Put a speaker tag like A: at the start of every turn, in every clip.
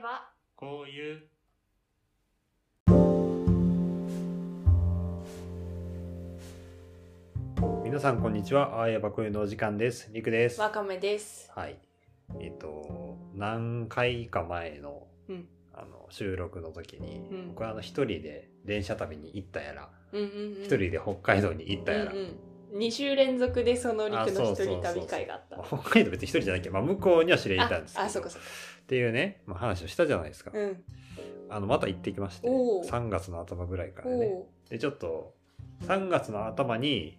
A: ば
B: こういう皆さんこんにちはあーやばこういうのお時間ですりくです
A: わかめです
B: はいえっ、と何回か前の、
A: うん
B: あの収録の時に、
A: うん
B: 僕はあの一人で電車旅に行ったやら
A: うんうんうん
B: 一、人で北海道に行ったやら、
A: うんうん、2週連続でその陸
B: あそ
A: の
B: う
A: 一
B: そうそう
A: 人旅会があった
B: 北海道別に一人じゃないけど、まあ、向こうには知り合いいたんですけど
A: ああそうかそうか
B: っていうね、まあ、話をしたじゃないですか、
A: うん
B: あのまた行ってきまして
A: おー
B: 3月の頭ぐらいからね
A: お
B: でちょっと3月の頭に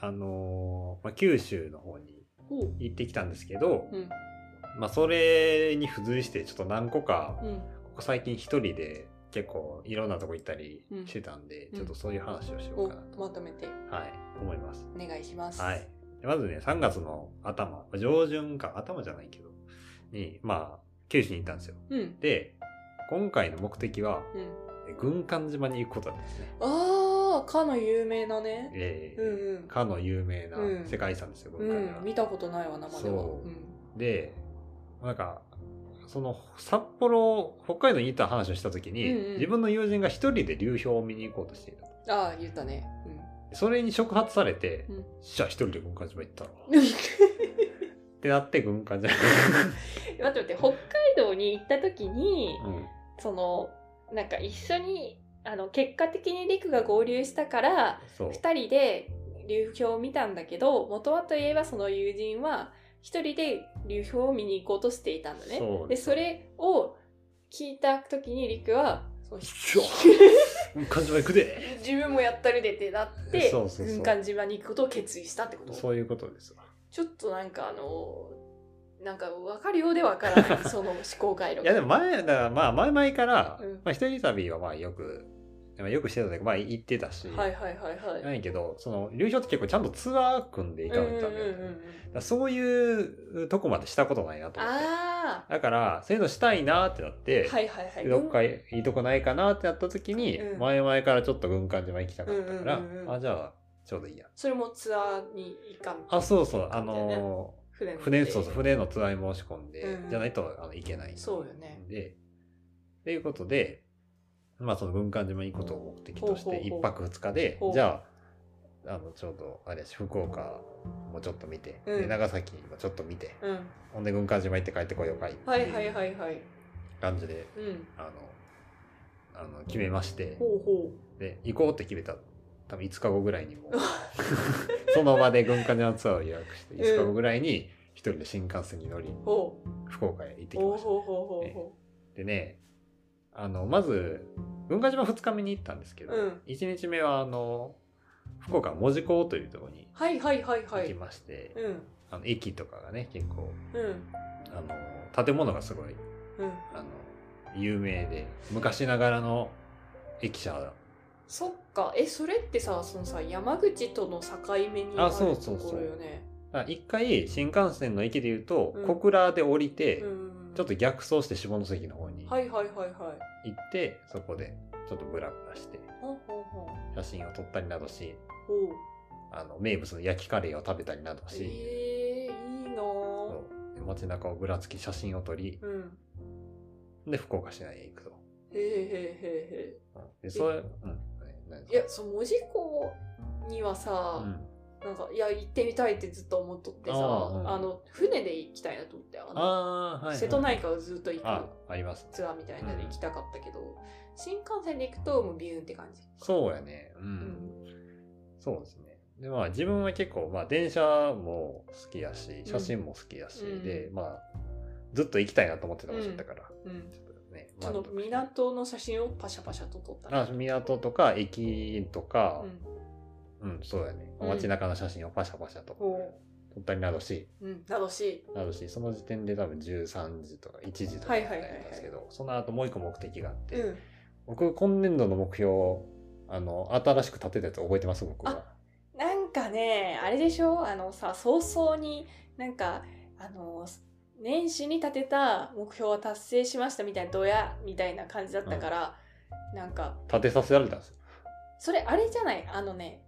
B: あのーまあ、九州の方に
A: おおう
B: 行ってきたんですけど、
A: うん
B: まあ、それに付随してちょっと何個か
A: うん
B: ここ最近一人で結構いろんなとこ行ったりしてたんで、
A: うん
B: ちょっとそういう話をしよ
A: お
B: うかなと、
A: まとめて
B: はい、思います。
A: お願いします
B: はい、でまずね3月の頭上旬か頭じゃないけどにまあ九州に行ったんですよ。
A: うん
B: で今回の目的は
A: うん
B: え軍艦島に行くことなんですね。
A: ああかの有名なね
B: えー
A: うんうん
B: かの有名な
A: うん
B: 世界遺産ですよ、
A: う
B: 軍艦島。
A: ん見たことないわ生では
B: そうんでなんかその札幌北海道に行った話をした時に、
A: うんうん
B: 自分の友人が一人で流氷を見に行こうとしていた
A: ああ言ったねうん
B: それに触発されて、
A: うん
B: じゃあ一人で軍艦島行ったらっ
A: 待
B: てなって軍艦島
A: って待って北海道に行った時に
B: うん
A: そのなんか一緒にあの結果的に陸が合流したから
B: そう
A: 2人で流氷を見たんだけど元はといえばその友人は1人で流氷を見に行こうとしていたんだね。
B: そう
A: でそれを聞いた時に陸はその
B: よ軍艦島行くで
A: 自分もやったるでってなって
B: そうそうそう
A: 軍艦島に行くことを決意したってこと
B: そういうことですわ
A: ちょっとなんかあのなんか分かるようで分から ないその思考回路
B: いやでも前だからまあ前々から、
A: うん
B: まあ、一人旅はまあよくまあよくしてたというかまあ行ってたし、
A: はいはいはいはい。
B: ないけどその流氷って結構ちゃんとツアー組んで行かないとダメだった、
A: うんうんうんうん
B: だからそういうとこまでしたことないなと思って。
A: あ
B: だから、そういうのしたいなってなって、
A: あはいはいはい。
B: どっかいいとこないかなってなった時に、
A: うん
B: 前々からちょっと軍艦島行きたかったから、
A: うんうんうんうん
B: あ、じゃあ、ちょうどいいや。
A: それもツアーに行かん
B: あ、そうそう、あの
A: 船
B: ー
A: 乗って
B: 船、そうそう、船のツアーに申し込んで、
A: うんうん
B: じゃないとあの行けない。
A: そうよね。
B: で、ということで、まあその軍艦島に行くことを目的とし
A: ほう
B: て、
A: ほうほう
B: 一泊二日で
A: ほ、う
B: じゃあ、あの、ちょうど、あれやし、福岡もちょっと見て、
A: うん
B: で長崎もちょっと見て、
A: うん。
B: ほんで軍艦島行って帰ってこようかいって
A: はいはいいうはいはい。
B: 感じで、
A: うん。
B: あのあの決めまして
A: ほうほ
B: で行こうって決めた多分5日後ぐらいにもう その場で軍艦島ツアーを予約して
A: うん
B: 5日後ぐらいに一人で新幹線に乗り
A: う。ほう。
B: 福岡へ行ってき
A: ほ
B: ま
A: う
B: した
A: ほうほうほ
B: でねあのまず軍艦島2日目に行ったんですけど、
A: うん
B: 一1日目はあの福岡門司港というところに
A: う。はいはいはいは
B: 行き
A: い。
B: まして、
A: うん。
B: あの駅とかがね結構
A: うん。
B: あの建物がすごい
A: うん。
B: あの有名で昔ながらの駅舎だ
A: そっか。え、それってさ、そのさ、山口との境目にあ
B: あ
A: る
B: そうそ
A: と
B: うそう
A: ころよね。
B: あ一回新幹線の駅で言うと、
A: うん
B: 小倉で降りて、
A: うん。
B: ちょっと。逆走して下関の方に行
A: は
B: っ
A: いはいはいはい。
B: て、そこでちょっとブラブラして
A: ほうほうほう。
B: 写真を撮ったりなどし
A: ほう。
B: あの名物の焼きカレーを食べたりなどし、
A: ええー、いいなぁ。
B: そうで街中をぶらつき写真を撮り
A: うん。
B: で福岡市内へ行くと。
A: へえへえ
B: うんでそれうん何
A: へえへえ。いや、その文字港にはさ、
B: うん
A: なんかいや行ってみたいってずっと思っとってさあ,、
B: ああうん
A: の船で行きたいなと思ってあの
B: あーはい
A: 瀬戸内海をずっと行
B: あ
A: く
B: あります
A: ツアーみたいなので行きたかったけど、新幹線で行くともうビューンって感じ、
B: そうやねう
A: うん
B: んそうですね。でまあ自分は結構、まあ、電車も好きやし写真も好きやし、
A: うん
B: でまあずっと行きたいなと思ってた場所だから、
A: うん、
B: ちょっとね、
A: その港の写真をパシャパシャと撮った
B: あ港とか駅とか
A: う、ん
B: うんそうだね
A: うん
B: 街中の写真をパシャパシャと
A: ほ
B: 撮ったりなどし
A: ううんなどし
B: などしその時点で多分13時とか1時とかだったんですけど、その後もう一個目的があって、
A: うん
B: 僕今年度の目標あの新しく立てたやつ覚えてます僕は。
A: なんかねあれでしょあのさ早々になんかあの年始に立てた目標は達成しましたみたいなドヤみたいな感じだったから、なんか
B: 立てさせられたんですよ。
A: それあれじゃないあのね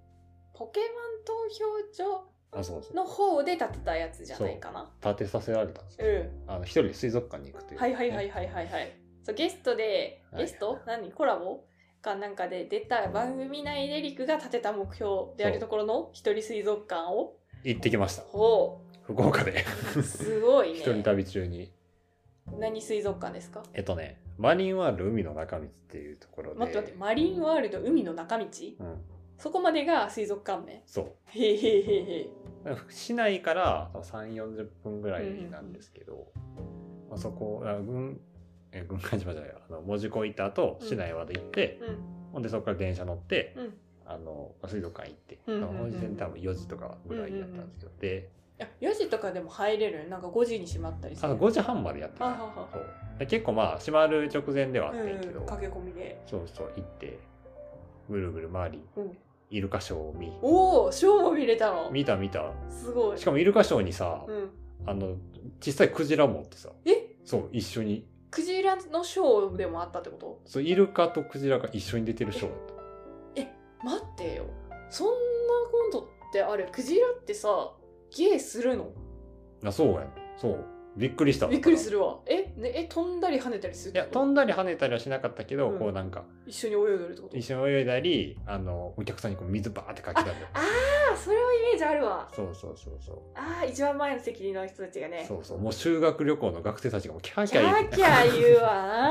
A: ポケモン投票所
B: あ、そうそう。
A: の方で建てたやつじゃないかな。
B: 立てさせられたんです
A: う
B: よ。あの、一人で水族館に行くとい
A: ん。
B: う、
A: はいはいはいはいはいはい。そうゲストで、
B: はい
A: ゲスト、何コラボかなんかで出た番組内でリクが立てた目標であるところの一人水族館を。
B: 行ってきました。
A: ほ
B: 福岡で。
A: う。すごい
B: 一人
A: ね。
B: 旅中に。
A: 何水族館ですか
B: えっとね、マリンワールド海の中道っていうところで。
A: 待って待って、マリンワールド海の中道
B: うん、
A: そこまでが水族館名。
B: そう。
A: へへへへ。
B: 市内から3、40分ぐらいなんですけど、まあ、そこ、あ軍、え、軍艦島じゃないわ、あの、門司港行った後、
A: うん
B: 市内まで行って、
A: うん。
B: ほんでそこから電車乗って、
A: うん
B: あの、水族館行って、
A: うんうんうん
B: あの本時点で多分4時とかぐらいだったんですけど、で、
A: いや4時とかでも入れるなんか5時に閉まったりす
B: あ
A: る
B: の5時半までやってた
A: ははは
B: そうで結構まあ、閉まる直前ではあってんけど、
A: うん、駆け込みで
B: そうそう、行って、ぐるぐる回り、
A: うん
B: イルカショーを見、
A: おおショーも見れたの
B: 見た見た。
A: すごい
B: しかもイルカショーにさ、
A: うん、
B: あの、小さいクジラ持ってさ、
A: え
B: そう、一緒に
A: クジラのショーでもあったってこと
B: そうイルカとクジラが一緒に出てるショーだった
A: 待ってよそんなことってあれクジラってさゲーするの
B: あそうやんそうびっくりした
A: びっくりす
B: る
A: るわえ,、ね、え飛んだり跳ねたりする
B: いや飛んだり跳ねたりはしなかったけど、
A: うん
B: こうなんか
A: 一緒に泳いでるってこと
B: 一緒に泳いだりあのお客さんにこう水バーってかけた りとか
A: ああそれはイメージあるわ
B: そうそうそうそ
A: ああ一番前の席の人たちが
B: う、
A: ね
B: そうそうもう修学旅行の学生たちがもうキャー
A: キ
B: キャ
A: ャ
B: ー言
A: ー
B: って
A: キャー言うわ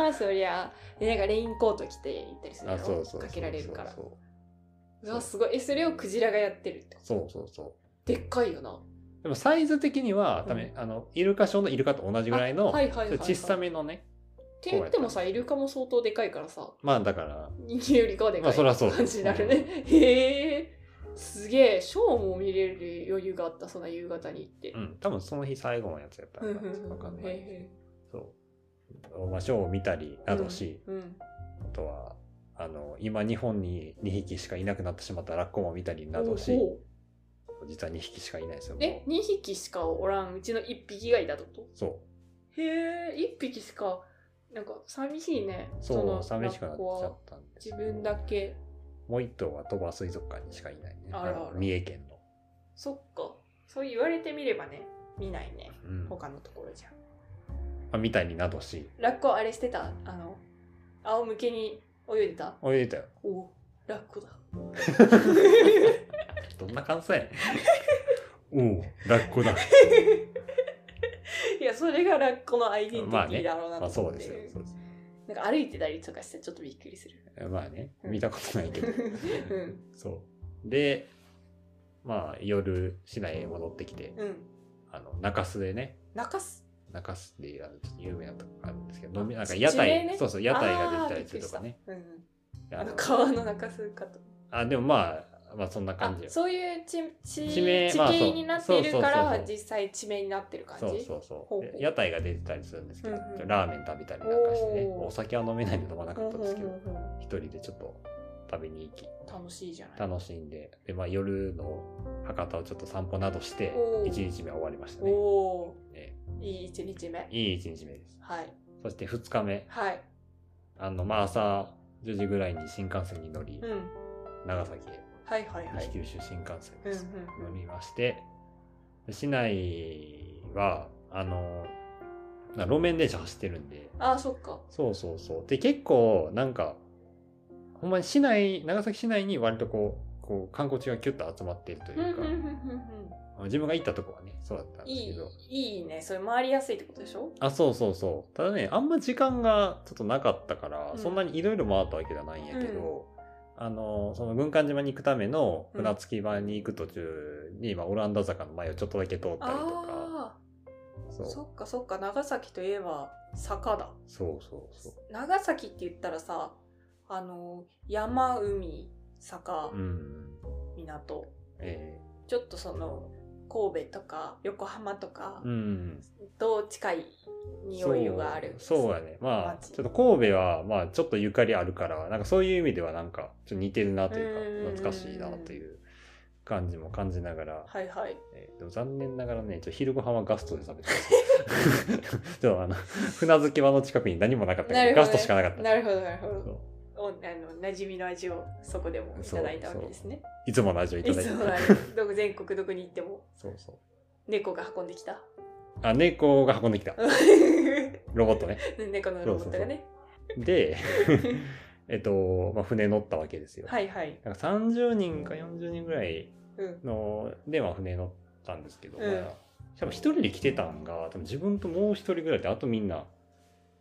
A: なそりゃでなんかレインコート着て行ったりする
B: あそう
A: の
B: そうそうそう
A: かけられるから
B: そう
A: うわすごいえそれをクジラがやってるってこ
B: そうそうそ
A: とでっかいよな
B: うでもサイズ的には多分、あのイルカショーのイルカと同じぐらいの、
A: あはいはいはいはい
B: 小さめのね
A: って言ってもさイルカも相当でかいからさ
B: まあだから
A: 人間よりかはで
B: ま
A: か
B: あ
A: い
B: そりゃそう
A: 感じになるねへえすげえショーも見れる余裕があったそんな夕方に行って
B: うん多分その日最後のやつやった
A: うん
B: ら
A: うんうん
B: わかんないけど
A: へ
B: そう。まあ、ショーを見たりなどし、
A: ーうん
B: あとは、あの、今日本に2匹しかいなくなってしまったラッコも見たりなどし、
A: おう
B: 実は2匹しかいないですよ。
A: え
B: も
A: 2匹しかおらんうちの1匹がいたってこ
B: うそ
A: とへえ1匹しかなんか寂しいね
B: う。そう、
A: の
B: 寂しくなっ
A: ラッ
B: ち
A: コは
B: ゃったんです
A: 自分だけ
B: もう1頭は鳥羽水族館にしかいないね。
A: あらあら
B: の三重県の。
A: そっかそう言われてみればね見ないね
B: うん。ま
A: 他のところじゃ
B: あ、見たりなどし、
A: ラッコあれしてたあの仰向けに泳いでた
B: おいでたよ。
A: おラッコだ
B: どんな感想やねん。おう、ラッコだ。
A: いやそれがラッコのアイデンテ
B: まあ
A: ィテ
B: ね
A: ィだろうな
B: まあ
A: と
B: そ
A: 思
B: う
A: っ
B: で
A: て、
B: すよ。そうです
A: なんか歩いてたりとかしてちょっとびっくりする
B: まあね、
A: うん
B: 見たことないけど。
A: うん
B: そう。で、まあ夜、市内へ戻ってきて、
A: うん
B: あの、中洲でね、
A: 泣かす
B: 中洲っていうあのちょっと有名なとこがあるんですけど、
A: あ
B: 飲みなんか
A: 地
B: 屋台、
A: 名ね
B: そうそう、屋台ができたりするとかね。、
A: あーびっくりしたうんうん、
B: あ
A: あの
B: の
A: 川の泣かすかと
B: あでもまあ、まあそんな
A: あ
B: 感じよ。
A: そういう地地
B: 地名
A: 地
B: まあそう
A: 形になっているか
B: そうそう
A: ら
B: そうそう
A: 実際地名になってる感じ
B: そうそうそ
A: ほう
B: う
A: ほう
B: で屋台が出てたりするんですけど、
A: うんうん
B: ラーメン食べたりなんかしてね
A: おー
B: お酒は飲めないんで飲まなかったんですけ
A: うん
B: ど
A: うんうん
B: 一人でちょっと食べに行き
A: うん楽しいじゃない
B: 楽しんでで、まあ、夜の博多をちょっと散歩などして
A: おー
B: 1日目は終わりました
A: お
B: ね
A: お
B: ね
A: ーいい一日目
B: いい1日目です
A: はい
B: そして2日目
A: はい
B: あの、まあ、朝10時ぐらいに新幹線に乗り、
A: うん
B: 長崎へ
A: はいはいは
B: 西
A: い
B: 九州新幹線
A: うん
B: で
A: う
B: す、
A: んう
B: 乗
A: ん
B: りまして市内はあのな路面電車走ってるんで
A: ああそっか
B: そうそうそうで結構なんかほんまに市内長崎市内に割とこうこう観光地がキュッと集まっていると
A: うんう
B: い
A: ん
B: うか
A: うんうん
B: 自分が行ったとこはねそうだった
A: う
B: ん
A: ん
B: です
A: い
B: けど
A: いいいねそれ回りやすいってことでしょ
B: あそうそうそうただねあんま時間がちょっとなかったから、
A: うん
B: そんなにいろいろ回ったわけじゃないんやけど、あのその軍艦島に行くための船着き場に行く途中に、まあ、オランダ坂の前をちょっとだけ通ったりとか
A: あ
B: そ
A: あ
B: う
A: そっかそっか長崎といえば坂だ
B: そうそうそう
A: 長崎って言ったらさあの山海坂
B: うん
A: 港
B: え
A: ちょっとその神戸とか横浜とか
B: ーうん
A: と近い匂いがある
B: そうそうやねまあ
A: 街
B: ちょっと神戸はまあちょっとゆかりあるからなんかそういう意味ではなんかちょっと似てるなとい
A: うん
B: うか懐かしいなという感じも感じながら
A: はいはい
B: えーでも残念ながらね、ちょっと昼ご飯はガストで食べてます。ち ょっとあの、船着き場の近くに何もなかったか
A: な
B: ら、
A: るほど
B: ガストしかなかった。
A: なるほどなるほ
B: そう
A: どおあの馴染みの味をそこでもいただいたわけですね
B: いつもの味をいた
A: い
B: だい
A: つ
B: て
A: もの味どこ全国どこに行っても
B: そうそ
A: 猫が運んできた
B: う。あ、猫が運んできた。ロボットね。
A: 猫のロボットがね
B: で、えっと、まあ、船乗ったわけですよ。
A: はいはい
B: なんか30人か40人ぐらい
A: うん
B: ので、まあ、船乗ったんですけど、
A: うん
B: まあ多分一人で来てたんが、多分自分ともう一人ぐらいで、あとみんな、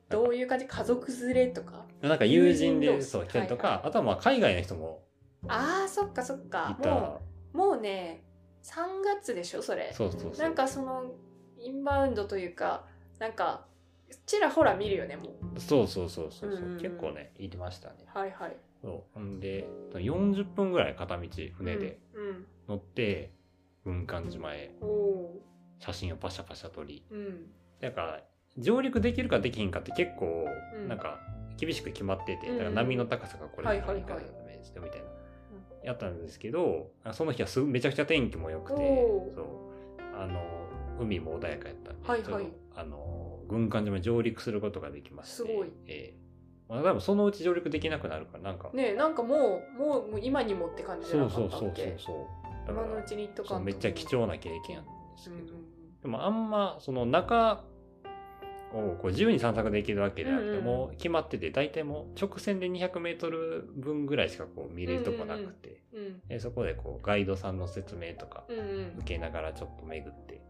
A: どういう感じ家族連れとか
B: なんか友人
A: 友人同
B: で
A: 士
B: そう来たりとか、
A: はい
B: あとはまあ海外の人も
A: あーそっかそっ
B: い
A: かも
B: た。
A: うもうね3月でしょそれ
B: そうそうそう。
A: なんかそのインバウンドというかなんかちらほら見るよねもう
B: そうそうそうそうそう、
A: うんうん
B: 結構ね、いりましたね。
A: はいはい
B: そう。んで、40分ぐらい片道船で
A: うん
B: 乗って、軍艦島へ
A: うんお
B: 写真をパシャパシャ撮り。
A: ーうん
B: なんか、上陸できるかできひんかって結構
A: う、ん
B: なんか、厳しく決まってて、
A: うんうん
B: だから波の高さがこれ
A: はい
B: い
A: はいはい
B: かダメですよみたいな、やったんですけど、あその日はすめちゃくちゃ天気も良くて
A: おー、
B: そう。あの、海も穏やかやったんで
A: はいはい
B: ちょっとあの、軍艦島に上陸することができまして。
A: すごい
B: ええまあ、多分そのうち上陸できなくなるから、なんか、
A: ねえなんかもうもうもう今にもって感じじゃ
B: そ
A: な
B: う
A: か
B: そ
A: っ
B: う
A: た
B: そ
A: っ
B: うそう
A: け
B: そう。だか
A: 今のう
B: ら、
A: ちに行っと
B: そ
A: か
B: うん
A: と
B: めっちゃ貴重な経験やったんです
A: う
B: け
A: ん
B: ど。
A: うん
B: でもあんまその中をこう自由に散策できるわけでなくて、
A: うんうん
B: もう決まってて大体もう直線で 200m 分ぐらいしかこう見れるとこなくて、
A: うん
B: でそこでこうガイドさんの説明とか
A: うんうん
B: 受けながらちょっと巡って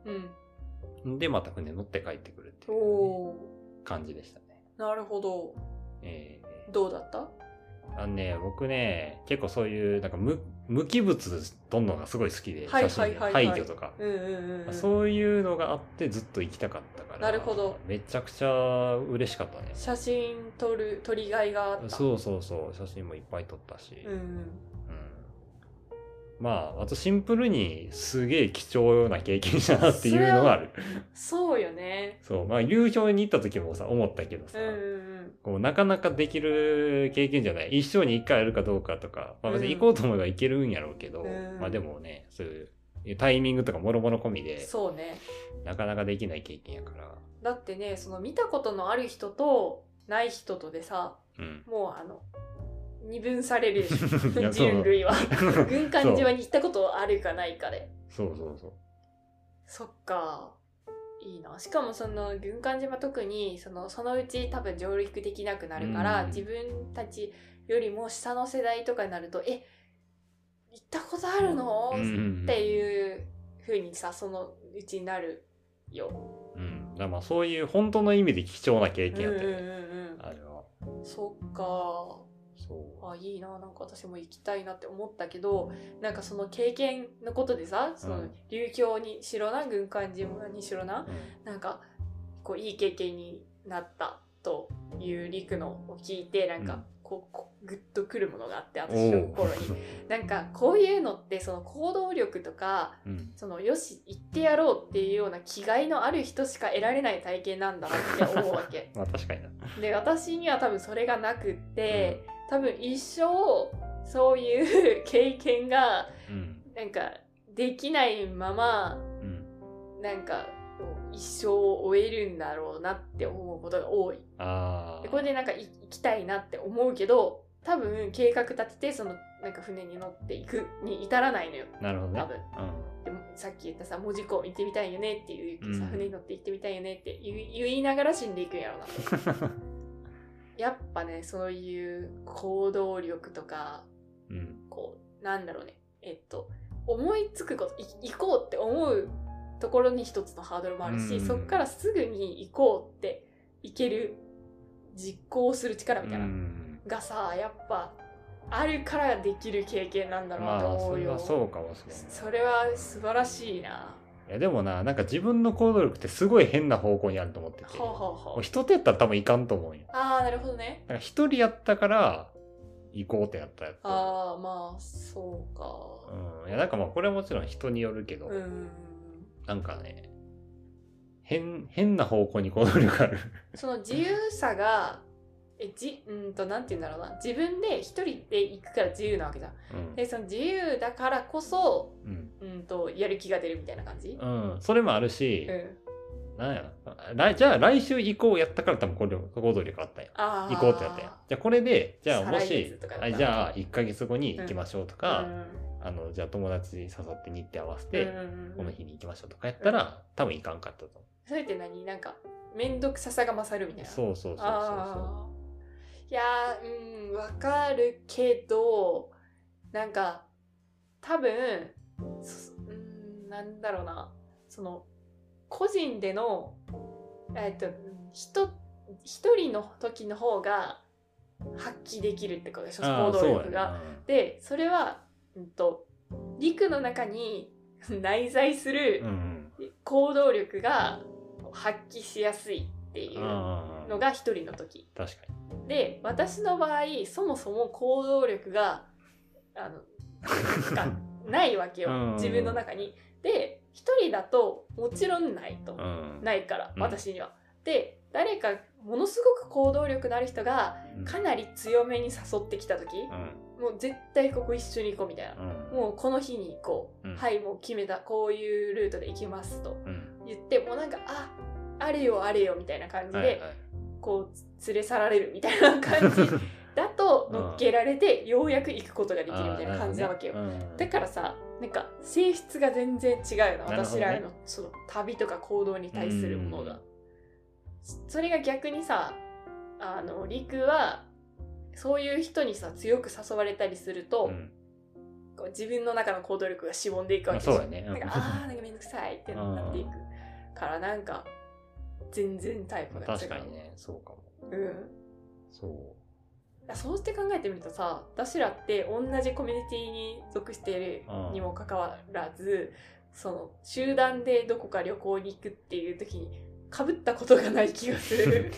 A: うん
B: でまた船乗って帰ってくるって
A: お
B: いう
A: お
B: 感じでしたね。
A: ーなるほど
B: えー
A: どうだった
B: あのね、僕ね結構そういうなんか無無機物どんのがすごい好きで
A: はい
B: 写真
A: はいはいはい
B: 廃墟とか
A: うんうんうんうん
B: そういうのがあってずっと行きたかったから
A: なるほど
B: めちゃくちゃ嬉しかったね
A: 写真撮る撮りがいがあった
B: そうそうそう写真もいっぱい撮ったし、
A: うんう
B: うん
A: ん
B: まああとシンプルにすげえ貴重な経験したなっていうのがある
A: そうよね
B: そうまあ流氷に行った時もさ思ったけどさ、
A: うんうん
B: こうなかなかできる経験じゃない一生に一回あるかどうかとか、まあ、別に行こうと思えば行けるんやろうけど、
A: うん
B: まあでもねそういうタイミングとかもろもろ込み
A: うん
B: で
A: そうね
B: なかなかできない経験やから
A: だってねその見たことのある人とない人とでさ
B: うん
A: もうあの二分されるでしょ
B: いやそう
A: 人類は
B: そう
A: 軍艦島に行ったことあるかないかで
B: そうそう
A: そっかいいなしかもその軍艦島特にそのそのうち多分上陸できなくなるから、
B: うん
A: 自分たちよりも下の世代とかになるとえ行ったことあるの、
B: うんうんうん
A: っていう風にさそのうちになるよ。
B: うん、だからまあそういう本当の意味で貴重な経
A: うんう
B: 験
A: ん
B: や
A: う
B: ったよね、
A: ん
B: あれは
A: うん、そっか
B: そう
A: あいいななんか私も行きたいなって思ったけどなんかその経験のことでさその流氷にしろな軍艦島にしろな
B: う
A: なんかこういい経験になったという陸のを聞いてなん
B: うん
A: かこうこうグッとくるものがあって
B: ん
A: 私の心に。なんかこういうのってその行動力とか
B: うん、
A: そのよし行ってやろうっていうような気概のある人しか得られない体験なんだなって思うわ け。
B: まあ確かにな。
A: で私には多分それがなくって。多分一生そういう 経験が
B: うん、
A: なんかできないまま
B: うん、
A: なんかこう一生を終えるんだろうなって思うことが多い。
B: ああ。
A: でこれでなんかい行きたいなって思うけど多分計画立ててそのなんか船に乗っていくに至らないのよ。
B: なるほどね
A: 多。分でもさっき言ったさ門司港行ってみたいよねっていうけどさ、
B: うん
A: 船に乗って行ってみたいよねって言い言いながら死んでいくんやろうな。 やっぱねそういう行動力とか
B: うん、うん、
A: こうなんだろうねえっと思いつくことい行こうって思うところに一つのハードルもあるし、
B: うん
A: そこからすぐに行こうって行ける実行する力みたいな、
B: うん。
A: がさやっぱあるからできる経験なんだろうなと
B: まあ
A: 思
B: そうれ
A: よ、
B: はそうかもしれない。
A: それは素晴らしいな、
B: いやでもな、なんか自分の行動力ってすごい変な方向にあると思ってて。
A: ほうほうほ
B: もう
A: う
B: 人とやったら多分いかんと思うんよ。
A: ああなるほどね
B: なんか一人やったから行こうってやったやつ。
A: ああまあそうか
B: うん。いやなんかまあこれはもちろん人によるけど、
A: うん
B: なんかね、変、変な方向に行動力ある。
A: その自由さがえじうんとなんて言うんだろうな自分で一人で行くから自由なわけじゃん
B: うん
A: でその自由だからこそ、
B: うん。
A: うん、とやる気が出るみたいな感じ、
B: うん。それもあるし、
A: うん、
B: なんや来じゃあ来週行こうやったから多分これ行動力あったんや
A: あー
B: 行こうってなったんやじゃあこれでじゃあも
A: 再来
B: し
A: 月とかやった
B: あじゃあ1ヶ月後に行きましょうとか、
A: うん
B: あの、じゃあ友達に誘って日程合わせ
A: うん
B: て、
A: うんう
B: この
A: ん、
B: 日に行きましょうとかやったら、多分いかんかったと思
A: それって何なんか面倒くささが勝るみた
B: う。
A: いな
B: そうそうそうそうそ
A: あーいやーうんわかるけどなんか多分そうんなんだろうなその個人でのえっと人一人の時の方が発揮できるってことでしょ
B: う。あ
A: 行
B: あ、
A: 動
B: そう
A: 力
B: や
A: が。
B: な。
A: でそれは、うん、と陸の中に内在する
B: うん。
A: 行動力が発揮しやすいっていう
B: ああ
A: のが一人の時。
B: 確か
A: で私の場合そもそも行動力があの がないわけよ
B: うん
A: 自分の中に。で一人だともちろんないと
B: に。うん。
A: ないから
B: うん
A: 私には。で誰かものすごく行動力のある人が
B: うん
A: かなり強めに誘ってきた時
B: うん。
A: もう絶対ここ一緒に行こうみたいな。
B: うん。
A: もうこの日に行こう、
B: うん
A: はいもう決めたこういうルートで行きますと
B: うん。
A: 言ってもうなんかああれよあれよみたいな感じで、
B: はいはい。
A: こう連れ去られるみたいな感 じだと乗っけられてようやく行くことができるみたいな感じなわけよ。だ
B: ら、
A: からさなんか性質が全然違うよな
B: なるほ
A: 私
B: どね
A: らへのその旅とか行動に対するもの
B: う
A: が
B: ん。
A: それが逆にさあの陸はそういう人にさ強く誘われたりすると、
B: うん
A: こう自分の中の行動力がしぼんでいくわ
B: ま
A: け
B: あ
A: で
B: そうやね。
A: な
B: う
A: ん
B: ん
A: かあーなんかめんどくさいってなっていくからなんか全然タイプが違う。
B: 確かにね、そうかも。
A: うん
B: そ
A: そうして考えてみるとさ私らって同じコミュニティに属している
B: うん
A: にもかかわらず、その集団でどこか旅行に行くっていう時にかぶったことがない気がす る。
B: う。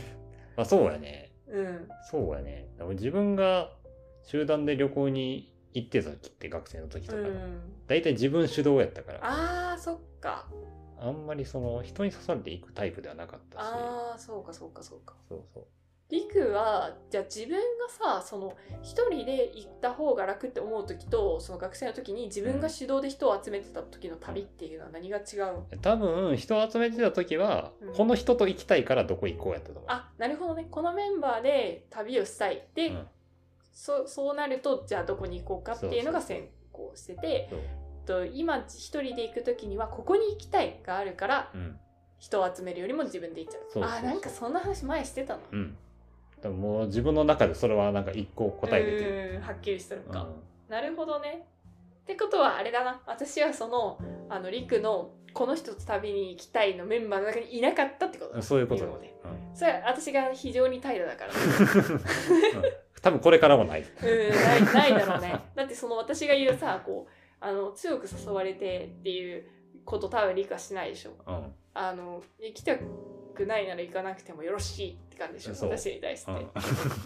B: まあそうやね。
A: うん、
B: そうやね。でも自分が集団で旅行に行ってた時って学生の時と
A: う
B: か、
A: ん、
B: 大体自分主導やったから、
A: あーそっか
B: あんまりその人に刺されていくタイプではなかったし、
A: あーそうかそうかそうか。
B: そうそう。
A: りくはじゃあ自分がさその一人で行った方が楽って思う時とその学生の時に自分が主導で人を集めてた時の旅っていうのは何が違うの
B: 多分人を集めてた時は、
A: うん
B: この人と行きたいからどこ行こうやったと思う。
A: あなるほどねこのメンバーで旅をしたいで、
B: うん
A: そそうなるとじゃあどこに行こうかっていうのが先行してて
B: そう
A: と今一人で行く時にはここに行きたいがあるから
B: うん。
A: 人を集めるよりも自分で行っちゃう
B: そうそうそう
A: あなんかそんな話前してたな
B: うん。でももう自分の中でそれはなんか一個答え出てる。
A: うーんはっきりしてる
B: うん
A: か、なるほどねってことはあれだな私はそのあの陸のこの人と旅に行きたいのメンバーの中にいなかったってことだ
B: そういうことだ
A: 今ま
B: ね
A: で。
B: うん
A: それは私が非常に怠惰だから
B: 多分これからもない。
A: うんないないだろう ねだってその私が言うさこうあの強く誘われてっていうこと多分理解しないでしょ
B: うん。
A: あの行きたくないなら行かなくてもよろしいって感じでしょ
B: そう
A: 私に対して、
B: うん、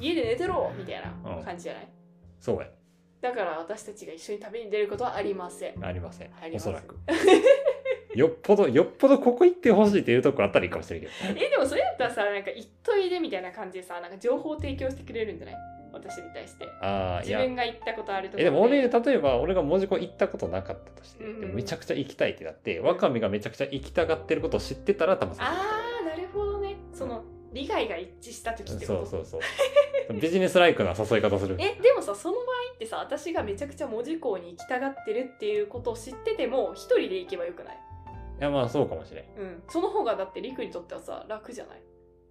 A: 家で寝てろみたい
B: うん
A: な感じじゃない
B: そうや。
A: だから私たちが一緒に旅に出ることはありません
B: ありません
A: あ。り
B: お
A: ませ
B: そ
A: ん
B: らく。よっぽど、よっぽどここ行ってほしいっていうとこあったらいいかもしれんけど。
A: えでもそれだったらさなんか行っといでみたいな感じでさなんか情報提供してくれるんじゃない私に対して
B: ああ、い
A: 自
B: や。
A: 分が行ったことあるところ
B: えでも俺、例えば俺が文字コ行ったことなかったとして、
A: うん
B: でもめちゃくちゃ行きたいってなって、ワカミがめちゃくちゃ行きたがってることを知ってたら、たまさん。
A: ああなるほどねその利害が一致した時ってこと
B: そうそうそう。ビジネスライクな誘い 方する。
A: えでもさその場合ってさ私がめちゃくちゃ文字工に行きたがってるっていうことを知ってても一人で行けばよくない、
B: いや、まあそうかもしれん。
A: うん、その方がだってりくにとってはさ楽じゃない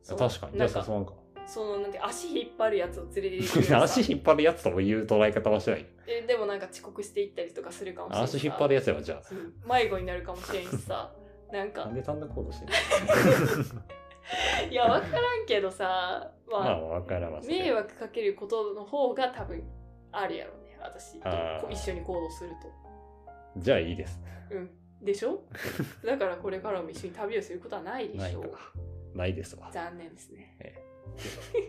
A: その
B: 確かに。じ
A: な
B: ゃあ
A: んか
B: 誘わんか。
A: そのなんて足引っ張るやつを連れて行くより さ
B: 足引っ張るやつともいう捉え方はしない。
A: えでもなんか遅刻していったりとかするかもしれない
B: 足引っ張るやつやわ、じゃあ。
A: 迷子になるかもしれんしさなん
B: な
A: か
B: んで単独行動してる
A: いや分からんけどさまあ、
B: まあ、わからますけ
A: 迷
B: ど。
A: 惑かけることの方が多分あるやろうね私と
B: あー
A: こう一緒に行動すると。
B: じゃあいいです。
A: うん、でしょ だからこれからも一緒に旅をすることはないで
B: ない
A: し
B: か
A: ょ。
B: ないですわ。
A: 残念ですね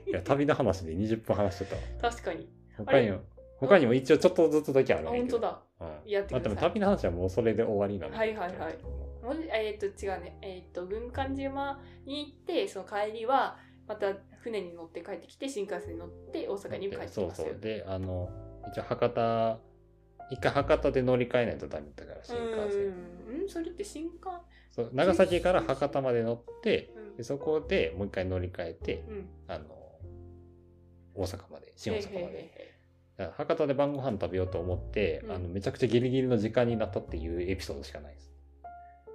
B: いや、旅の話で20分話してたわ。
A: 確かに
B: 他にも、他にも一応ちょっとずつだけあ
A: あ
B: るんやけど
A: 本当。だ
B: うん。
A: やって
B: まあ、
A: く
B: で
A: ださ
B: も
A: い
B: 旅の話はもうそれで終わりなんで。
A: はいはいはいもうえっ、と違うねえっ、と軍艦島に行ってその帰りはまた船に乗って帰ってきて新幹線に乗って大阪に帰ってき
B: そう
A: ます
B: そ
A: よ
B: う。で、あの、一応博多、一回博多で乗り換えないとダメだから、新幹
A: う
B: 線。
A: んうんそれって新幹
B: そう長崎から博多まで乗って、
A: うん
B: でそこでもう一回乗り換えて、
A: うん
B: あの、大阪まで、新大阪まで
A: へ
B: だから博多で晩ご飯食べようと思って、
A: うん
B: あのめちゃくちゃギリギリの時間になったっていうエピソードしかないです。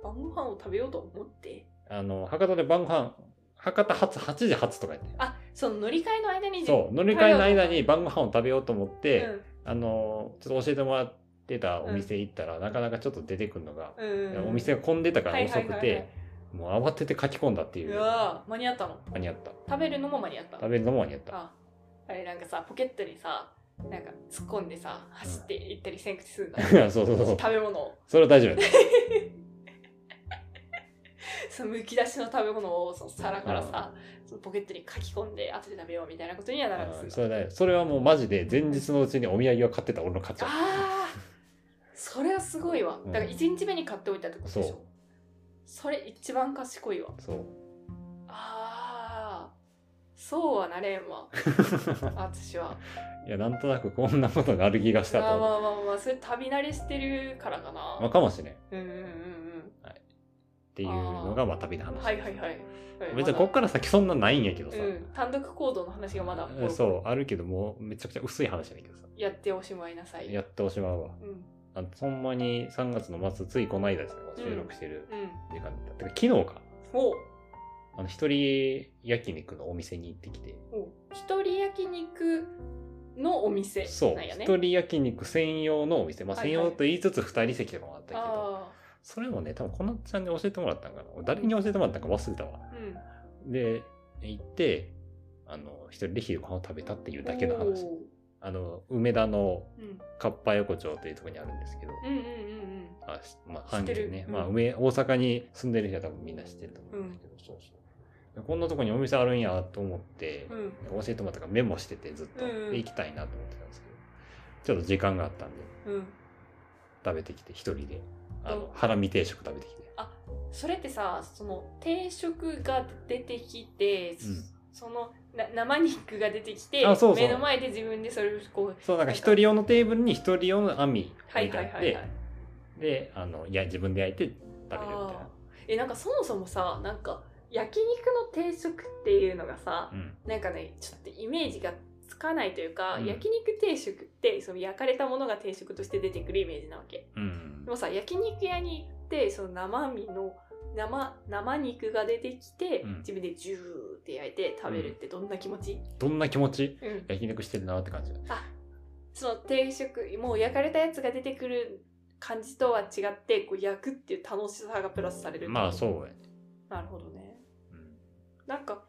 A: 晩ご飯を食べようと思って
B: あの博多で晩ご飯博多発8時発とかやって
A: あその乗り換えの間に
B: そう乗り換えの間に晩ご飯を食べようと思って、
A: うん
B: あのちょっと教えてもらってたお店行ったら、なかなかちょっと出てくるのが、
A: うん、
B: お店が混んでたから遅くて、
A: はいはいはいはい
B: もう慌てて書き込んだっていう
A: うわ間に合ったの
B: 間に合った
A: 食べるのも間に合った
B: 食べるのも間に合った
A: ああれなんかさポケットにさなんか突っ込んでさ走って行ったりせんくてするんだ
B: そうそうそう
A: 食べ物を
B: それは大丈夫やった
A: そのむき出しの食べ物をその皿からさ、そのポケットに書き込んで後で食べようみたいなことにはならん
B: うん
A: です
B: それは大丈夫それはもうマジで前日のうちにお土産を買ってた俺の勝ちや
A: ああそれはすごいわだから1日目に買っておいたってことでしょ、
B: そう
A: それ一番賢いわ
B: そう
A: ああそうはなれんわ 私はい
B: やなんとなくこんなことがある気がし
A: あ
B: た
A: ーま
B: と
A: あ
B: 思
A: まあまあまあそれ旅慣れしてるからかな、
B: う、まあ、かもしれんっ
A: うんうんうんうん
B: ていうのがまあ旅の話
A: はいはいはいはい
B: 別にこっから先そんなないんやけど
A: ま
B: さ、
A: だうん、単独行動の話がまだ
B: うんそうあるけどもうめちゃくちゃ薄い話やねんけどさ
A: やっておしまいなさい
B: やっておしまうわ
A: うんうん
B: あのほんまに3月の末ついこの間ですね収録してる時間だった、てか昨日か
A: お
B: あの一人焼肉のお店に行ってきて
A: お一人焼肉のお店
B: そう
A: なんやね
B: 一人焼肉専用のお店、まあ、
A: はい
B: 専
A: はい
B: 用と言いつつ2人席とかもあったけど、
A: あ
B: それもね多分こなっちゃんに教えてもらったんかな俺誰に教えてもらったんか忘れたわ
A: あうん
B: で行ってあの一人で昼ご飯を食べたっていうだけの話
A: おー
B: あの梅田の
A: うん
B: かっぱ横丁というところにあるんですけど、
A: うんうんうん
B: あしまあ、
A: 知っ
B: 阪
A: てる
B: 急ね、
A: うん
B: まあ、梅大阪に住んでる人は多分みんな知ってると思うんですけど、そうそうこんなとこにお店あるんやと思って、
A: うんうん
B: 教えてもらったからメモしててずっと、
A: うんうん
B: で行きたいなと思ってたんですけどちょっと時間があったんで
A: うん
B: 食べてきて一人であ
A: うん
B: のハラミ定食食べてきて
A: それってさその定食が出てきて、
B: ん
A: そのな生肉が出てきて
B: あそうそう
A: 目の前で自分でそれをこう
B: そうなんか
A: なんか
B: 一人用のテーブルに一人用の網
A: は
B: 置
A: い
B: いて
A: は
B: あ
A: い
B: っ
A: はい
B: て
A: はい
B: であのいや自分で焼いて食べるみたい
A: あえなんかそもそもさなんか焼肉の定食っていうのがさ
B: な、うん、
A: なんかねちょっとイメージがつかないというか、
B: うん
A: 焼肉定食ってその焼かれたものが定食として出てくるイメージなわけ
B: うん
A: でもさ焼肉屋に行ってその生身の生生肉が出てきて、
B: うん
A: 自分でジューって焼いて食べるってどんな気持ち、
B: どんな気持ち
A: うん
B: 焼肉してるなって感じ
A: あその定食もう焼かれたやつが出てくる感じとは違ってこう焼くっていう楽しさがプラスされる
B: まあそうやね、
A: なるほどね
B: うん
A: なんか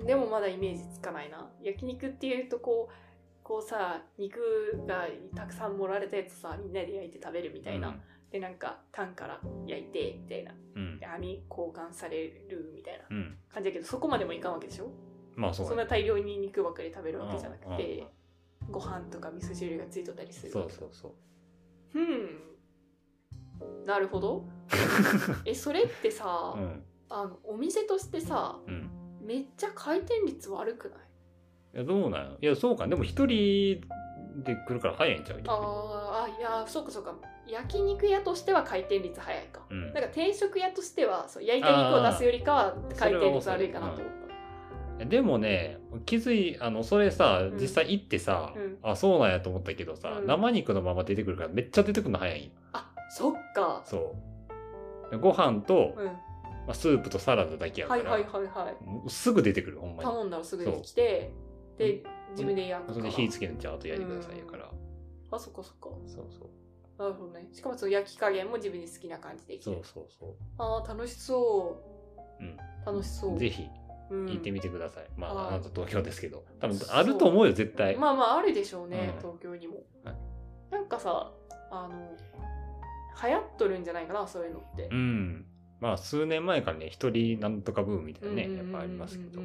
A: うんでもまだイメージつかないな焼肉っていうとこうこうさ肉がたくさん盛られたやつさみんなで焼いて食べるみたいな、でなんかタンから焼いてみたいな
B: うんうん
A: で網交換されるみたいな
B: うん
A: 感じだけどそこまでもいかんわけでしょ
B: まあそう
A: そ
B: や
A: んな
B: ね
A: 大量に肉ばっかり食べるわけじゃなく
B: うん
A: て
B: うん
A: ご飯とか味噌汁がついとったりする
B: そうそうそう
A: うんなるほ どえそれってさ、
B: うん
A: あのお店としてさ
B: うん
A: めっちゃ回転率悪くない
B: いやどうなんやいやそうかでも一人で来るから早いんちゃう逆に
A: あーあいやーそうかそうか焼肉屋としては回転率早いか
B: うん
A: なんか定食屋としてはそう焼いた肉を出すよりかは回転率悪いかなって思っ
B: でもね気づいあのそれさ
A: ん
B: 実際行ってさ、
A: うん
B: あそうなんやと思ったけどさ、
A: うん
B: 生肉のまま出てくるからめっちゃ出てくるの早いんよ
A: た、あそっか
B: そうでご飯と、
A: うん
B: まあ、スープとサラダだけやか
A: はい
B: ら、
A: はいはいはい
B: もうすぐ出てくるほんまに
A: 頼んだらすぐに来てで自分で焼く
B: そ
A: か
B: れ
A: ら
B: で火つけんちゃうあと焼いてくださいやから、
A: あそっかそっか
B: そうそう
A: なるほどねしかもその焼き加減も自分で好きな感じででき
B: そう
A: る
B: そうそ
A: あー楽しそう
B: うん
A: う楽しそう
B: うぜひ
A: うん
B: 行ってみてください、ま
A: あ
B: あ
A: ー
B: あなた東京ですけど多分
A: そう
B: あると思うよ絶対、
A: まあまああるでしょうね、
B: うん
A: 東京にも、
B: はい
A: なんかさあの流行っとるんじゃないかなそういうのって
B: う、んまあ数年前からね一人なんとかブームみたいな
A: うん
B: ね
A: う
B: や
A: ん
B: っ
A: うんうんうん
B: ぱありますけど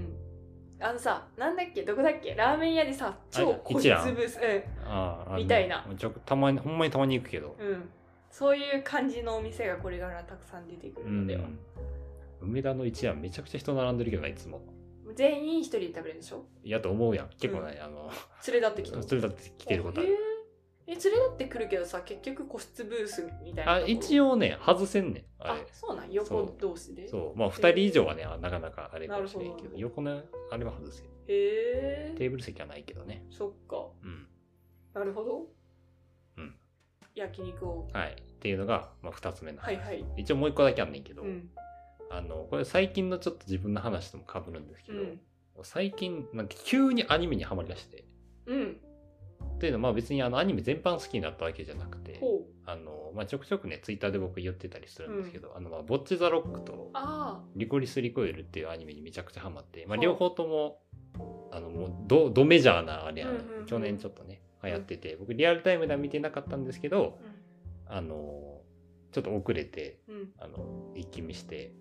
A: あのさなんだっけどこだっけラーメン屋でさ超個室
B: 一蘭
A: ブース
B: あああの
A: みたいな
B: ちょたまにほんまにたまに行くけど、
A: うん、うん、そういう感じのお店がこれからたくさん出てくるのでは、
B: 梅田の一夜めちゃくちゃ人並んでるけどないつも
A: 全員一人で食べれるでしょ
B: いやと思うやん結構ね、あの
A: 連れ立ってきた
B: それだって来てることあ
A: へー
B: る
A: え連れ立ってくるけどさ結局個室ブースみたいな
B: あ一
A: 応
B: 応ね外せんねんあ
A: あ
B: れ
A: そうなん横同士で
B: そうまあ2人以上はねあなかなかあれかもしれん
A: なる
B: け
A: ほ
B: ど
A: ど
B: 横のあれは外せん
A: へえ
B: テーブル席はないけどね
A: そっか
B: うん
A: なるほど。
B: うん。
A: 焼肉を。
B: はい。っていうのが、まあ、2つ目の話、
A: はいはい
B: 一応もう一個だけあんねんけど、
A: うん。
B: あの、これ最近のちょっと自分の話とも被るんですけ
A: う
B: ど、
A: ん。
B: 最近、なんか急にアニメにハマりだして。
A: うん。
B: っていうのは、まあ別にあのアニメ全般好きになったわけじゃなくて、
A: ほう。
B: あの、まあちょくちょくね、ツイッターで僕言ってたりするんですけど、あの、まあ、ボッチザロックと
A: あ
B: リコリス・リコイルっていうアニメにめちゃくちゃハマって、まあ
A: ほう
B: 両方とも、あの、もうド、ドメジャーなあれやね、
A: うんうんうん
B: 去年ちょっとね、流行ってて、僕リアルタイムでは見てなかったんですけど
A: あ。、
B: あの、ちょっと遅れて、
A: うん。
B: あの、一気見して、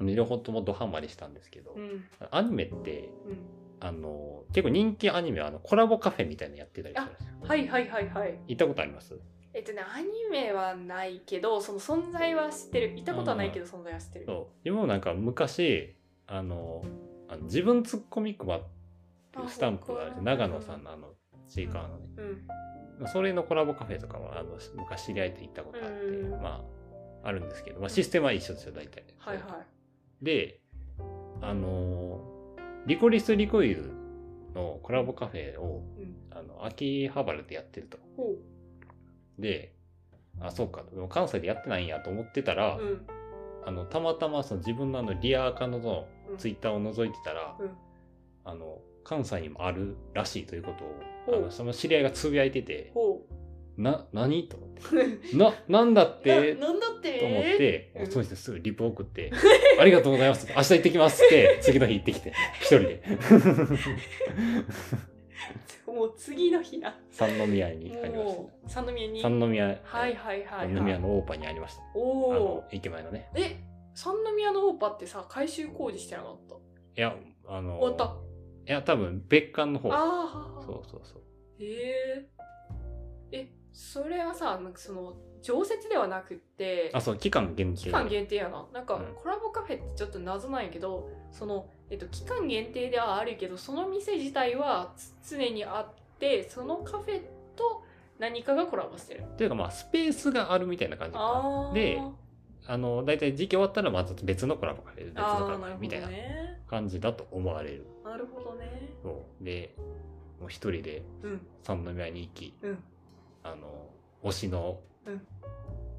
A: うん。
B: 両方ともドハマりしたんですけど、
A: うん。
B: アニメって、
A: うん。
B: あの、結構人気アニメはあのコラボカフェみたいなのやってたりするんですよ。
A: はいはいはいはい。
B: 行ったことあります
A: えっとね、アニメはないけど、その存在は知ってる。行ったことはないけど、存在は知ってる。
B: そう。自分もなんか昔、あの、あの自分ツッコミ配っていうスタンプがあるんですよ
A: あ
B: 長野さんのあの、シーカーのね。
A: うん。
B: それのコラボカフェとかは、あの、昔知り合いと行ったことあって、
A: うん
B: まあ、あるんですけど、まあシステムは一緒ですよ、大体。
A: はいは
B: で、あのーリコリス・リコイルのコラボカフェを、
A: うん
B: あの秋葉原でやってると。
A: い。ほ
B: で、あ、そうか、でも関西でやってないんやと思ってたら、
A: う。うん。
B: あのたまたまその自分のあのリアアカのの
A: うん
B: ツイッターを覗いてたら、
A: うん
B: あの関西にもあるらしいということ
A: ほ
B: を、
A: う
B: あのその知り合いがつぶやいてて、
A: ほう。
B: な、何と思 って。な、なんだって
A: ななんだって
B: と思って、
A: うん
B: そうですすぐリポ送 って、ありがとうございます。明日行ってきますって、次の日行ってきて、一人で。
A: もう次の日な。
B: 三宮にありまし
A: もう、三宮に。
B: た。三宮、
A: はいはいはい、
B: 三
A: は
B: 宮
A: い。
B: のオーパにありました。
A: お
B: あ
A: お
B: の。、駅前のね。
A: え、三宮のオーパってさ、改修工事してなかった
B: いや、あの、
A: 終わった。
B: いや、多分別館の方。
A: ああ。
B: そうそうそう。
A: へえ。え、それはさ、なんかその、常設ではなくって、
B: あ、そう、期間限定。
A: 期間限定やな。なんか、
B: うん
A: コラボカフェってちょっと謎なんやけど、その、えっと、期間限定ではあるけど、その店自体はつ常にあって、そのカフェと何かがコラボしてる。
B: というか、まあ、スペースがあるみたいな感じかな。
A: ああ。
B: であの、だいたい時期終わったら、また別のコラボカフェ、別のコ
A: あ
B: ラ
A: あ、
B: ボ
A: な
B: カ
A: る
B: フェ
A: ほ
B: みた
A: ど
B: いな
A: ね。
B: 感じだと思われる。
A: なるほどね。
B: そう。で、もう一人で
A: うん、
B: 三宮に行き、
A: うん、
B: あの、推しの、
A: うん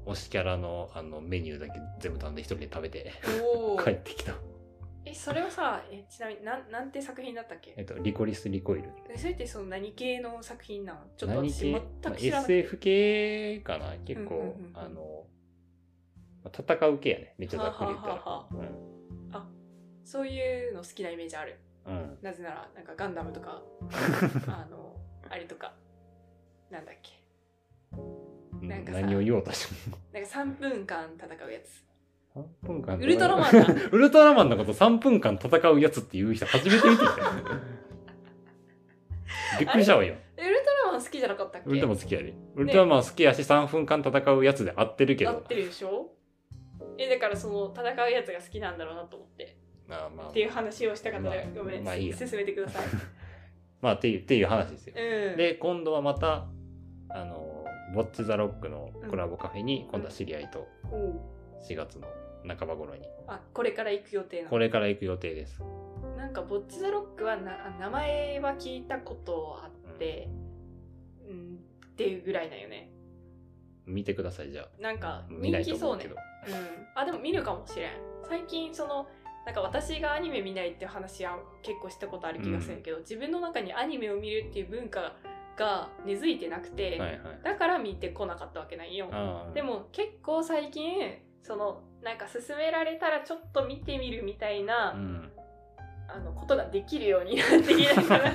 B: 推しキャラのあのメニューだけ全部頼んで一人で食べて
A: おお、
B: 帰ってきた。
A: えそれはさえちなみになんなんて作品だったっけ
B: えっと、リコリス・リコイル。
A: えそれってその何系の作品なのちょっと
B: 何
A: 私
B: 系
A: 全
B: まあ
A: く知らない
B: ?SF 系かな結構、
A: うんうんうんうん
B: あの、まあ戦う系やね。めっちゃざっくり言ったら。
A: ははははそういうの好きなイメージある
B: うん。うん
A: なぜならなんかガンダムと かあのあれとかなんだっけなんかさ
B: 何を言おうとしても。
A: なんか3分間戦うやつ
B: 3分間。
A: ウルトラマンだ
B: ウルトラマンのこと3分間戦うやつっていう人初めて見て きたよ。びっくりしたわよ。
A: えウルトラマン好きじゃなかったっけ
B: ウルトラマン好きやで。ウルトラマン好きやし3分間戦うやつで合ってるけ
A: 合っ
B: ど。
A: てるでしょえだからその戦うやつが好きなんだろうなと思って
B: まあまあ
A: っていう話をしたかったら
B: まあ
A: ごめん、
B: まあいいや
A: 進めてください
B: まあっていう、っていう話ですよ。
A: うん
B: で、今度はまた、あの、ボッチザロックのコラボカフェに、今度は知り合いと
A: おう
B: 4月の半ば頃に、
A: あこれから行く予定なの
B: これから行く予定です。
A: なんかボッチザロックはなあ名前は聞いたことあって、うん、っていうぐらいだよね。
B: 見てください、じゃあ。
A: なんか
B: 見
A: 人
B: ないと
A: 気そ
B: 思
A: う
B: うけ
A: ね
B: ど。。
A: うん。あでも見るかもしれん。最近そのなんか私がアニメ見ないって話は結構したことある気がするけど、自分の中にアニメを見るっていう文化が根付いてなくて、
B: はいはい。
A: だから見てこなかったわけないよ。
B: ああ
A: で、も結構最近そのなんか勧められたらちょっと見てみるみたいな。
B: うん。
A: あのことができるようになってきたから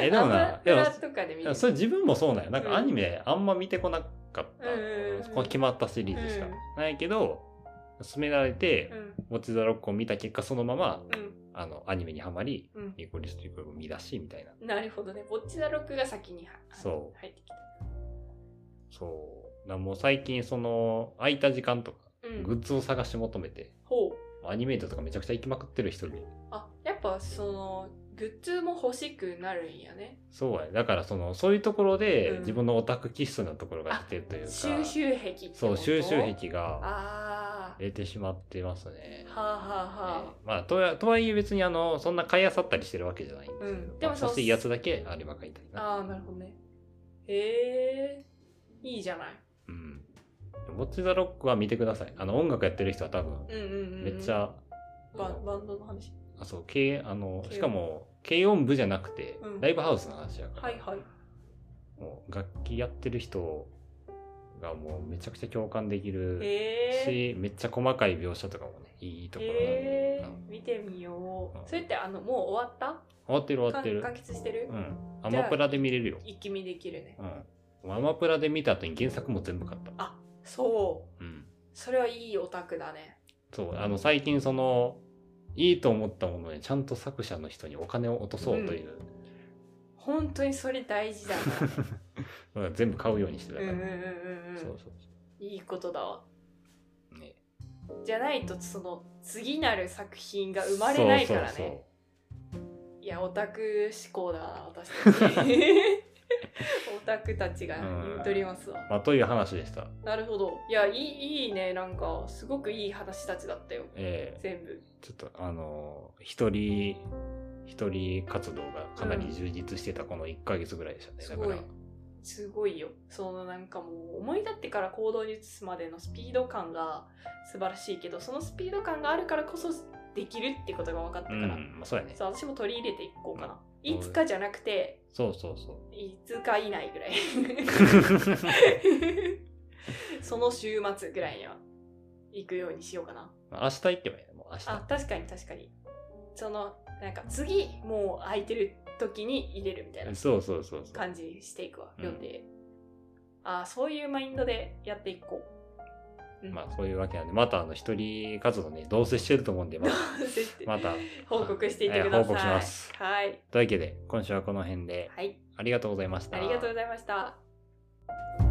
B: え、 でもな、でも
A: アマプラとかで見
B: いやそれ自分もそうなんよなん
A: うん
B: かアニメあんま見てこなかった、
A: うんうんうん
B: この決まったシリーズしか、
A: うん
B: ないけど勧められて
A: うん
B: 「モチザロック」を見た結果そのまま
A: うん
B: あのアニメにはまり
A: う
B: 「ニコリスティック」を見出しみたいなん
A: なるほどねぼっちだロックが先には
B: そ
A: 入ってきた
B: そうなもう最近その空いた時間とか
A: うん
B: グッズを探し求めて、
A: ほう
B: アニメートとかめちゃくちゃ行きまくってる一人で
A: あやっぱそのグッズも欲しくなるんやね
B: そうやねだからそのそういうところで、
A: うん
B: 自分のオタク気質なところが出てるというか
A: 収集癖ってこと
B: そう収集癖が
A: あ
B: 出てしまってますね
A: あはあはあはあ
B: ねまあとはとはいえ別にあのそんな買い漁ったりしてるわけじゃないんですけど、
A: うんでも
B: まあ
A: そう
B: 欲しいやつだけあれば買いたいな
A: ああなるほどねへえいいじゃない
B: うん。ウォッチ・ザ・ロックは見てください。あの、音楽やってる人は多分、
A: うんうんうんうん
B: めっちゃ、
A: バンバンドの話
B: あ、そう、軽、あの、
A: 軽
B: しかも、軽音部じゃなくて
A: う、ん
B: ライブハウスの話やから、
A: はいはい
B: もう楽器やってる人がもうめちゃくちゃ共感できる
A: へえ
B: し、めっちゃ細かい描写とかもね、いいところなんで。
A: へ
B: う
A: え
B: ん
A: 見てみよ
B: うん
A: うそれってあのもう終わった
B: 終わってる終わ
A: か
B: ってる
A: 完。結してる
B: うん。アマプラで見れるよ。
A: 一気見できるね
B: うん。アマプラで見た後に原作も全部買った。
A: そう
B: うん。
A: それはいいオタクだね
B: そう、あの、最近その、いいと思ったものにちゃんと作者の人にお金を落とそうという、
A: 本当にそれ大事だ な
B: だから全部買うようにしてた
A: う
B: か
A: ん
B: ら。
A: うんうんうん
B: そううそう
A: ん
B: そ
A: いいことだわ
B: う。ね。
A: じゃないとその次なる作品が生まれないからね
B: そうそう
A: いやオタク思考だな私 たちオタクたちが言うとりますわ
B: そうまあ、という話でした。
A: なるほどいやいいいいねなんかすごくいい話たちだったよ
B: え
A: 全部
B: ー、ちょっと、あのー一人、一人活動がかなり充実してたこの1ヶ月ぐらいでしたね。
A: す
B: だ
A: ご
B: か
A: い
B: ら、
A: すごいよそのなんかもう思い立ってから行動に移すまでのスピード感が素晴らしいけどそのスピード感があるからこそできるってことが分かった
B: う
A: から、
B: ん、まあ、そうやね。
A: そう私も取り入れていこうかな、
B: うん
A: いつかじゃなくて
B: そうそうそう。
A: いつか以内ぐ らいその週末ぐらいには行くようにしようかな
B: まあ明日行けばいいね。もう明日。
A: あ確かに確かにそのなんか次もう空いてる時に入れるみたいな
B: そうそうそうそう。
A: 感じにしていくわ
B: うん
A: 予定、ああそういうマインドでやっていこう、うん、
B: まあ、そういうわけなんで、またあの、一人活動ね、どうせしてると思うんで、また、
A: ぜひ
B: また、
A: 報告していってください、
B: えー報告します
A: はい
B: というわけで今週はこの辺で
A: はい
B: ありがとうございました。
A: ありがとうございました